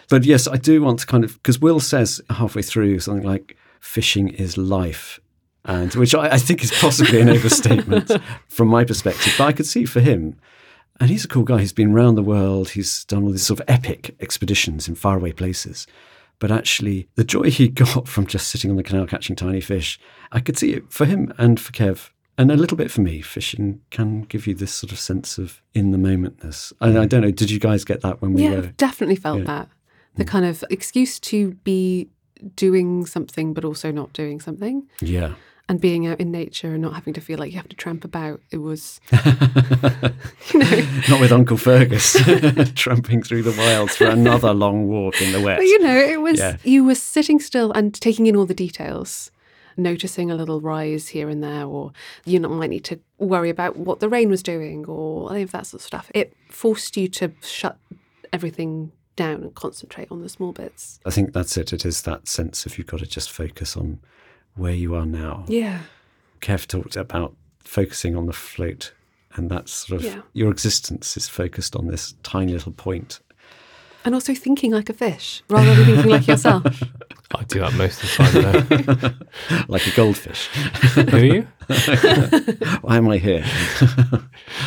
C: But yes, I do want to kind of, because Will says halfway through something like, fishing is life. And which I, I think is possibly
B: [LAUGHS]
C: an overstatement from my perspective, but I could see for him and he's a cool guy. He's been around the world. He's done all these sort of epic expeditions in faraway places. But actually, the joy he [LAUGHS] got from just sitting on the canal catching tiny fish, I could see it for him and for Kev, and a little bit for me. Fishing can give you this sort of sense of in the momentness. And I don't know, did you guys get that when we
B: yeah,
C: were?
B: I've definitely felt
C: yeah.
B: that. The kind of excuse to be doing something but also not doing something
C: Yeah.
B: and being out in nature and not having to feel like you have to tramp about. It was [LAUGHS]
C: Not with Uncle Fergus [LAUGHS] tramping through the wilds for another long walk in the wet.
B: But you know, it was
C: Yeah.
B: you were sitting still and taking in all the details, noticing a little rise here and there, or you know, might need to worry about what the rain was doing or any of that sort of stuff. It forced you to shut everything down and concentrate on the small bits.
C: I think that's it. It is that sense of you've got to just focus on where you are now.
B: Yeah.
C: Kev talked about focusing on the float, and that's sort of
B: Yeah.
C: your existence is focused on this tiny little point.
I: And also thinking like a fish rather than thinking
J: [LAUGHS]
I: like yourself.
J: I do that most of the time. Though.
C: [LAUGHS] like a goldfish.
J: Who are you?
C: [LAUGHS] Why am I here?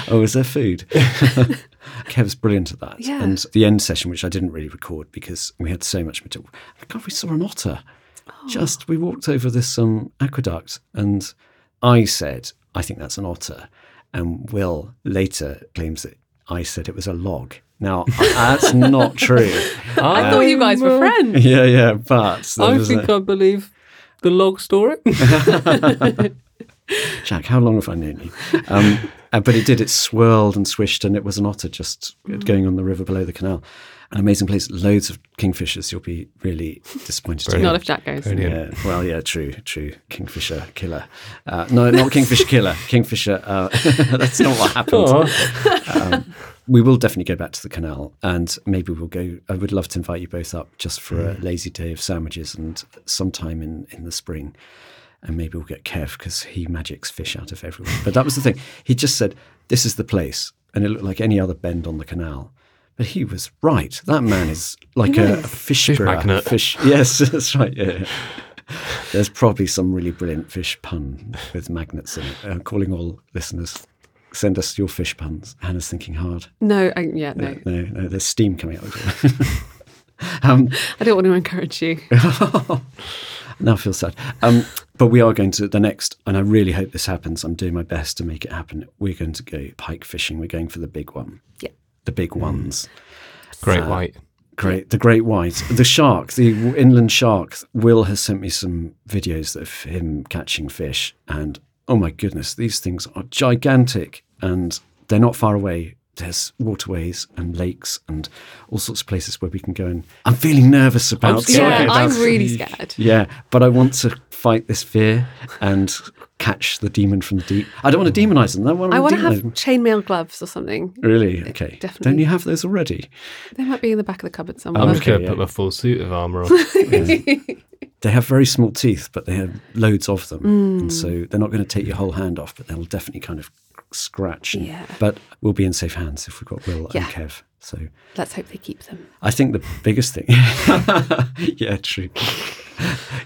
C: oh, is there
J: [LAUGHS]
C: food? Kev's brilliant at that.
I: Yeah.
C: And the end session, which I didn't really record because we had so much material. Oh God, we saw an otter.
I: Oh.
C: Just we walked over this um, aqueduct, and I said, "I think that's an otter," and Will later claims that I said it was a log. Now that's not
J: [LAUGHS]
C: true.
I: I thought you guys were friends.
C: [LAUGHS] Yeah, yeah, but there
J: I
C: was
J: think
C: a-
J: I believe the log story.
C: [LAUGHS]
J: [LAUGHS]
C: Jack, how long have I known you? Um, uh, but it did. It swirled and swished, and it was an otter just
J: Mm.
C: going on the river below the canal. An amazing place. Loads of kingfishers. You'll be really disappointed. to hear.
I: Not if Jack goes.
C: Yeah, well, yeah, true, true. Kingfisher killer. Uh, no, not kingfisher
J: [LAUGHS]
C: killer. Kingfisher. Uh, [LAUGHS] that's not what happened.
J: Aw.
C: Um, we will definitely go back to the canal, and maybe we'll go. I would love to invite you both up just for a
J: Mm.
C: lazy day of sandwiches and sometime in in the spring. And maybe we'll get Kev because he magics fish out of everyone. But that was the thing. He just said, "This is the place," and it looked like any other bend on the canal. But he was right. That man is like
J: He
C: a,
J: is.
C: a fish,
J: Fish
C: brewer,
J: magnet.
C: Fish. Yes, [LAUGHS] that's right. Yeah. There's probably some really brilliant fish pun with magnets in it. I'm calling all listeners. Send us your fish puns. Hannah's thinking hard.
I: No, I, yeah, no.
C: No, no, no, there's steam coming out of it. um,
I: I don't want to encourage you.
C: now I feel sad. Um, but we are going to the next, and I really hope this happens. I'm doing my best to make it happen. We're going to go pike fishing. We're going for the big one.
I: Yeah.
C: The big ones.
J: Mm.
C: Uh,
J: Great white.
C: Great. The great white. The shark, the w- inland shark. Will has sent me some videos of him catching fish. And oh my goodness, these things are gigantic and they're not far away. There's waterways and lakes and all sorts of places where we can go. And I'm feeling nervous about
J: Oh,
I: scared. Yeah,
C: about-
I: I'm really scared.
C: yeah, but I want to fight this fear and catch the demon from the deep. I don't want to demonize them. I want to,
I: Mm. I want to have
C: demonize them.
I: chainmail gloves or something.
C: Really? Okay.
I: definitely.
C: Don't you have those already?
I: They might be in the back of the cupboard somewhere.
J: I'm just going to
C: yeah.
J: put my full suit
E: [LAUGHS]
J: of armour on.
C: They have very small teeth, but they have loads of them,
I: Mm.
C: and so they're not going to take your whole hand off, but they'll definitely kind of scratch. and-
I: Yeah.
C: But we'll be in safe hands if we've got Will
I: Yeah.
C: and Kev. So
I: Let's hope they keep them.
C: I think the biggest thing. [LAUGHS] yeah, true. [LAUGHS]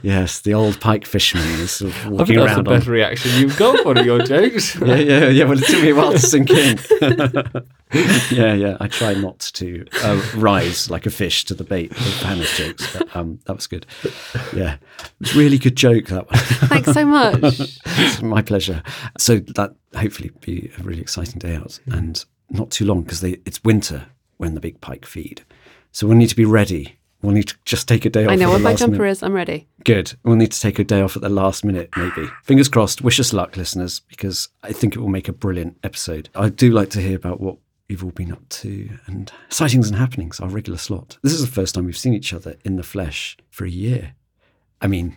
C: yes, the old pike fisherman is sort of
J: I
C: walking
J: think that's the
C: around. on-
J: best reaction you've got one
C: [LAUGHS]
J: of your jokes.
C: yeah, yeah, yeah. Well, it took me a while to sink in. [LAUGHS] yeah, yeah. I try not to uh, rise like a fish to the bait of Hannah's jokes, but um, that was good. [LAUGHS] Yeah, it was a really good joke that
I: [LAUGHS]
C: one.
I: Thanks so much.
C: It's my pleasure. So that hopefully be a really exciting day out, and not too long because it's winter when the big pike feed. So we'll need to be ready. We'll need to just take a day off.
I: I know
C: at
I: what
C: the
I: my
C: last
I: jumper
C: minute.
I: is. I'm ready.
C: Good. We'll need to take a day off at the last minute, maybe. Fingers crossed. Wish us luck, listeners, because I think it will make a brilliant episode. I do like to hear about what you've all been up to and sightings and happenings, our regular slot. This is the first time we've seen each other in the flesh for a year. I mean,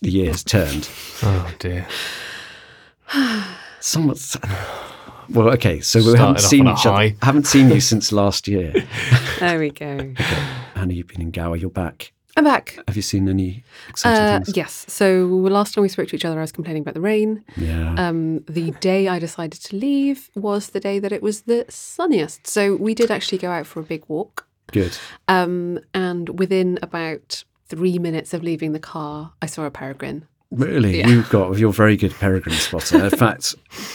C: the year has turned.
J: Oh dear.
C: Somewhat. Well, okay, so we
J: Started
C: haven't
J: off
C: seen
J: on a
C: each other.
J: high.
C: Haven't seen you since last year.
I: [LAUGHS] There we go.
C: Hannah, you've been in Gower. You're back.
I: I'm back.
C: Have you seen any exciting
I: Uh,
C: things?
I: yes. So last time we spoke to each other, I was complaining about the rain.
C: Yeah.
I: Um, the day I decided to leave was the day that it was the sunniest. So we did actually go out for a big walk.
C: Good.
I: Um, and within about three minutes of leaving the car, I saw a peregrine.
C: Really,
I: Yeah.
C: you've got you're a very good peregrine spotter. In fact,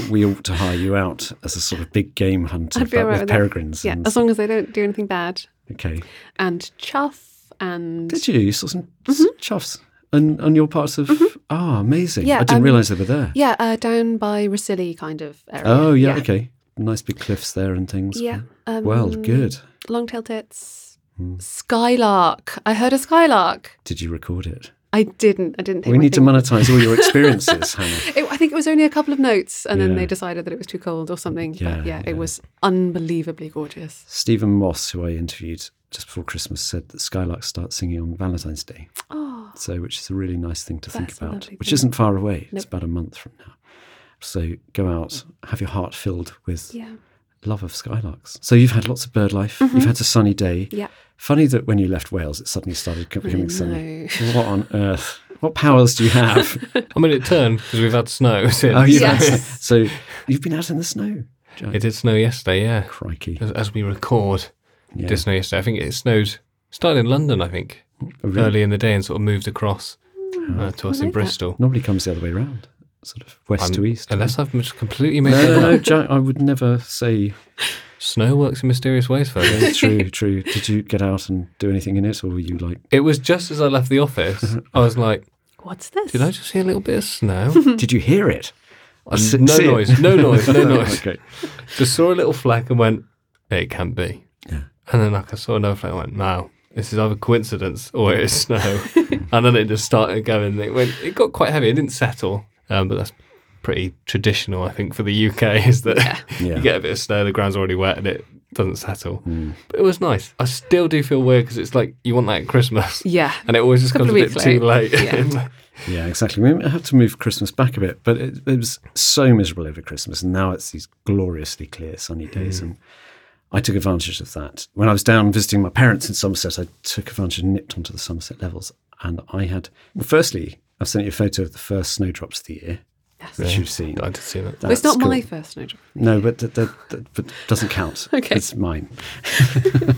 C: we ought to hire you out as a sort of big game hunter,
I: I'd be
C: but
I: all right
C: with
I: with that.
C: peregrines.
I: Yeah,
C: and-
I: as long as they don't do anything bad.
C: okay.
I: And chuff and
C: Did you? You saw some
I: Mm-hmm.
C: s- chuffs on, on your parts of. Ah, amazing!
I: Yeah,
C: I didn't
I: um,
C: realise they were there.
I: Yeah, uh, down by Rosilli kind of area.
C: oh yeah, okay. Nice big cliffs there and things.
I: Yeah. Um,
C: well, good.
I: Long-tail tits.
C: Hmm.
I: Skylark. I heard a skylark.
C: Did you record it?
I: I didn't. I didn't think
C: We need to monetize all
I: [LAUGHS]
C: your experiences, Hannah.
I: It, I think it was only a couple of notes, and then
C: Yeah.
I: they decided that it was too cold or something.
C: Yeah,
I: but yeah, it was unbelievably gorgeous.
C: Stephen Moss, who I interviewed just before Christmas, said that Skylarks start singing on Valentine's Day.
I: Oh.
C: So, which is a really nice thing to think
I: That's a
C: about,
I: lovely
C: which
I: thing.
C: isn't far away.
I: Nope.
C: It's about a month from now. So, go out, have your heart filled with
I: Yeah.
C: love of Skylarks. So, you've had lots of bird life, you've
I: Mhm.
C: had a sunny day.
I: Yeah.
C: Funny that when you left Wales, it suddenly started becoming sunny.
I: know.
C: What on earth? What powers do you have?
J: I mean, it turned because we've had snow since.
C: Oh, you've had
J: yes. [LAUGHS]
C: snow. So, you've been out in the snow. Jack.
J: It did snow yesterday, yeah.
C: Crikey.
J: As, as we record, It did snow yesterday. I think it snowed, started in London, I think,
C: Oh, really?
J: early in the day and sort of moved across uh, to
C: I
J: us in
C: like that.
J: Bristol.
C: Normally comes the other way round, sort of west
J: I'm-
C: to east.
J: Unless I've mis- completely made
C: No, no,
J: that
C: no,
J: [LAUGHS] up.
C: Jack, I would never say.
J: Snow works in mysterious ways,
C: [LAUGHS] Yeah,
J: folks.
C: true, true. Did you get out and do anything in it, or were you
J: [LAUGHS]
C: like?
J: It was just as I left the office, I was like,
I: What's this?
J: did I just hear a little bit of snow?
C: Did you hear it?
J: Uh,
C: S-
J: no
C: see it? [LAUGHS]
J: noise, no noise, no
C: No,
J: noise.
C: okay.
J: Just saw a little flag and went, it can't be. And then like, I saw another flag and went, no, this is either coincidence or it is [LAUGHS] snow. and then it just started going. It went, it got quite heavy. It didn't settle, um, but that's pretty traditional, I think, for the UK [LAUGHS] is that
C: Yeah.
J: you get a bit of snow, the ground's already wet and it doesn't settle. But it was nice. I still do feel weird because it's like you want that at Christmas.
I: Yeah.
J: [LAUGHS] And it always just
I: Couple
J: comes a
I: of
J: bit
I: weeks
J: too
I: late.
J: late. [LAUGHS]
I: Yeah.
C: Yeah, exactly. We had to move Christmas back a bit, but it, it was so miserable over Christmas. And now it's these gloriously clear sunny days.
J: Mm.
C: And I took advantage of that. When I was down visiting my parents in Somerset, I took advantage and nipped onto the Somerset levels. And I had, well, firstly, I've sent you a photo of the first snowdrops of the year.
I: Yes.
C: That
I: Yeah,
C: you've seen. I
J: did see that.
I: Well, it's not my first snowdrop.
C: No, but that, that, that but doesn't count.
I: [LAUGHS] Okay.
C: It's
J: [LAUGHS]
C: mine.
J: it's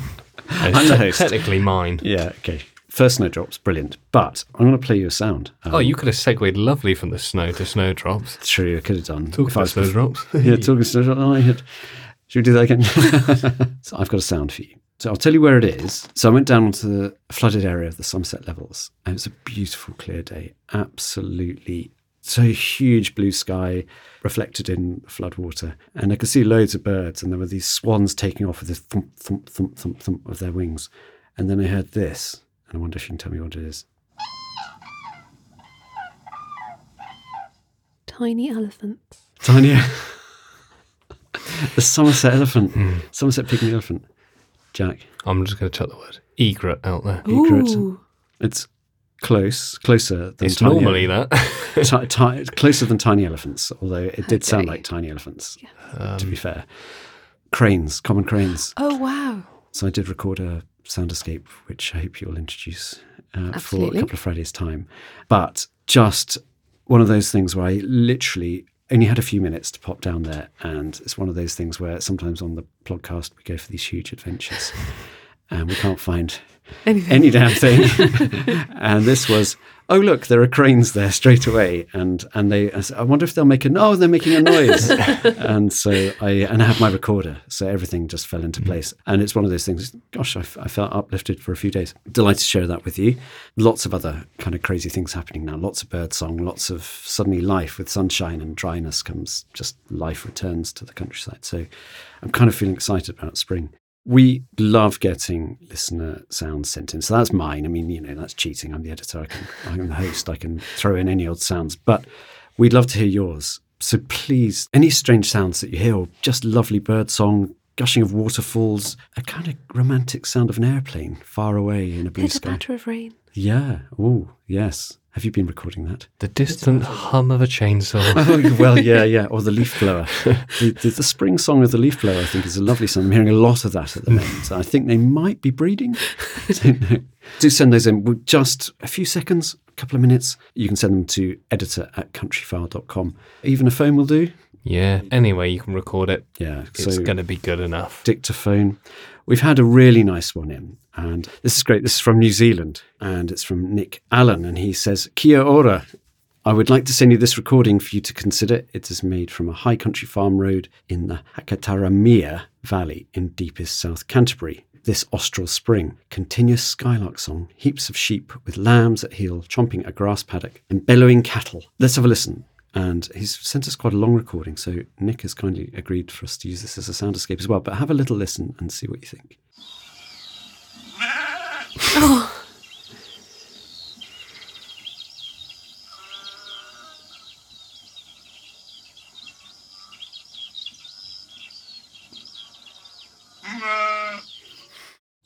C: I'm the
J: te-
C: host.
J: technically mine.
C: Yeah, okay. First snowdrops, brilliant. But I'm going to play you a sound.
J: oh, you could have segued lovely from the snow to snowdrops.
C: True, I could have done.
J: Talk
C: I
J: about
C: was bef-
J: snowdrops.
C: yeah, [LAUGHS] talking snowdrops. Oh, I had. Should we do that again? [LAUGHS] so I've got a sound for you. So I'll tell you where it is. So I went down to the flooded area of the Sunset Levels, and it was a beautiful, clear day. Absolutely. So huge blue sky reflected in the flood water. And I could see loads of birds, and there were these swans taking off with the thump, thump, thump, thump, thump of their wings. And then I heard this, and I wonder if you can tell me what it is.
I: Tiny elephant.
C: Tanya. the Somerset elephant.
J: Hmm.
C: Somerset pygmy elephant. Jack.
J: I'm just going to chuck the word egret out there.
C: Egret.
I: Ooh.
C: It's close, closer than
J: It's
C: tiny
J: normally
C: that. ti- ti- closer than tiny elephants, although it did sound like tiny elephants, to be fair. Cranes, common cranes.
I: Oh wow.
C: So I did record a soundscape, which I hope you'll introduce uh, for a
I: Absolutely.
C: couple of Fridays' time. But just one of those things where I literally only had a few minutes to pop down there. And it's one of those things where sometimes on the podcast we go for these huge adventures and we can't find
I: Anything.
C: any damn thing. and this was, oh, look, there are cranes there straight away. And, and they, I, said, I wonder if they'll make a, no, they're making a noise. and so I, and I had my recorder. So everything just fell into place. And it's one of those things, gosh, I, f- I felt uplifted for a few days. Delighted to share that with you. Lots of other kind of crazy things happening now. Lots of bird song, lots of suddenly life with sunshine and dryness comes, just life returns to the countryside. So I'm kind of feeling excited about spring. We love getting listener sounds sent in. So that's mine. I mean, you know, that's cheating. I'm the editor. I can, I'm the host. I can throw in any odd sounds, but we'd love to hear yours. So please, any strange sounds that you hear, or just lovely bird song, gushing of waterfalls, a kind of romantic sound of an airplane far away in a blue
I: Pitter
C: sky.
I: patter of rain.
C: Yeah. Oh, yes. Have you been recording that?
J: The distant hum of
C: [LAUGHS]
J: a
C: Oh,
J: chainsaw.
C: well,
J: [LAUGHS]
C: yeah, yeah, or the leaf blower. the, the, the spring song of the leaf blower, I think, is a lovely song. I'm hearing a lot of that at the moment. So I think they might be breeding.
J: [LAUGHS]
C: Don't know. Do send those in. With just a few seconds, a couple of minutes. You can send them to editor at countryfile.com. Even a phone will do.
J: yeah. Anyway, you can record it.
C: Yeah.
J: It's
C: so-
J: going to be good enough.
C: Dictaphone. We've had a really nice one in, and this is great. This is from New Zealand, and it's from Nick Allen, and he says, Kia ora. I would like to send you this recording for you to consider. It is made from a high country farm road in the Hakataramia Valley in deepest South Canterbury. This austral spring, continuous skylark song, heaps of sheep with lambs at heel chomping a grass paddock and bellowing cattle. Let's have a listen. And he's sent us quite a long recording, so Nick has kindly agreed for us to use this as a soundscape as well. But have a little listen and see what you think.
I: Oh.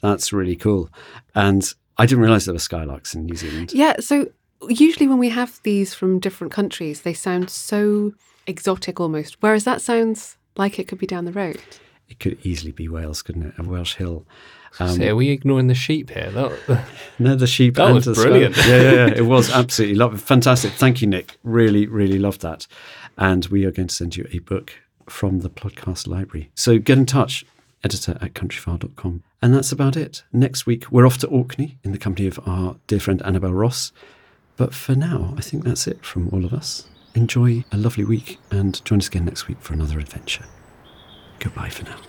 C: That's really cool. And I didn't realise there were skylarks in New Zealand.
I: Yeah. So usually when we have these from different countries, they sound so exotic almost. Whereas that sounds like it could be down the road.
C: It could easily be Wales, couldn't it? A Welsh hill.
J: so are we ignoring the sheep here? That,
C: [LAUGHS] No, the sheep.
J: [LAUGHS] That
C: and
J: was
C: the sky-
J: brilliant.
C: Yeah, yeah, yeah. It was
J: [LAUGHS]
C: absolutely lovely. Fantastic. Thank you, Nick. Really, really loved that. And we are going to send you a book from the podcast library. So get in touch. editor at countryfile.com. And that's about it. Next week, we're off to Orkney in the company of our dear friend Annabel Ross. But for now, I think that's it from all of us. Enjoy a lovely week and join us again next week for another adventure. Goodbye for now.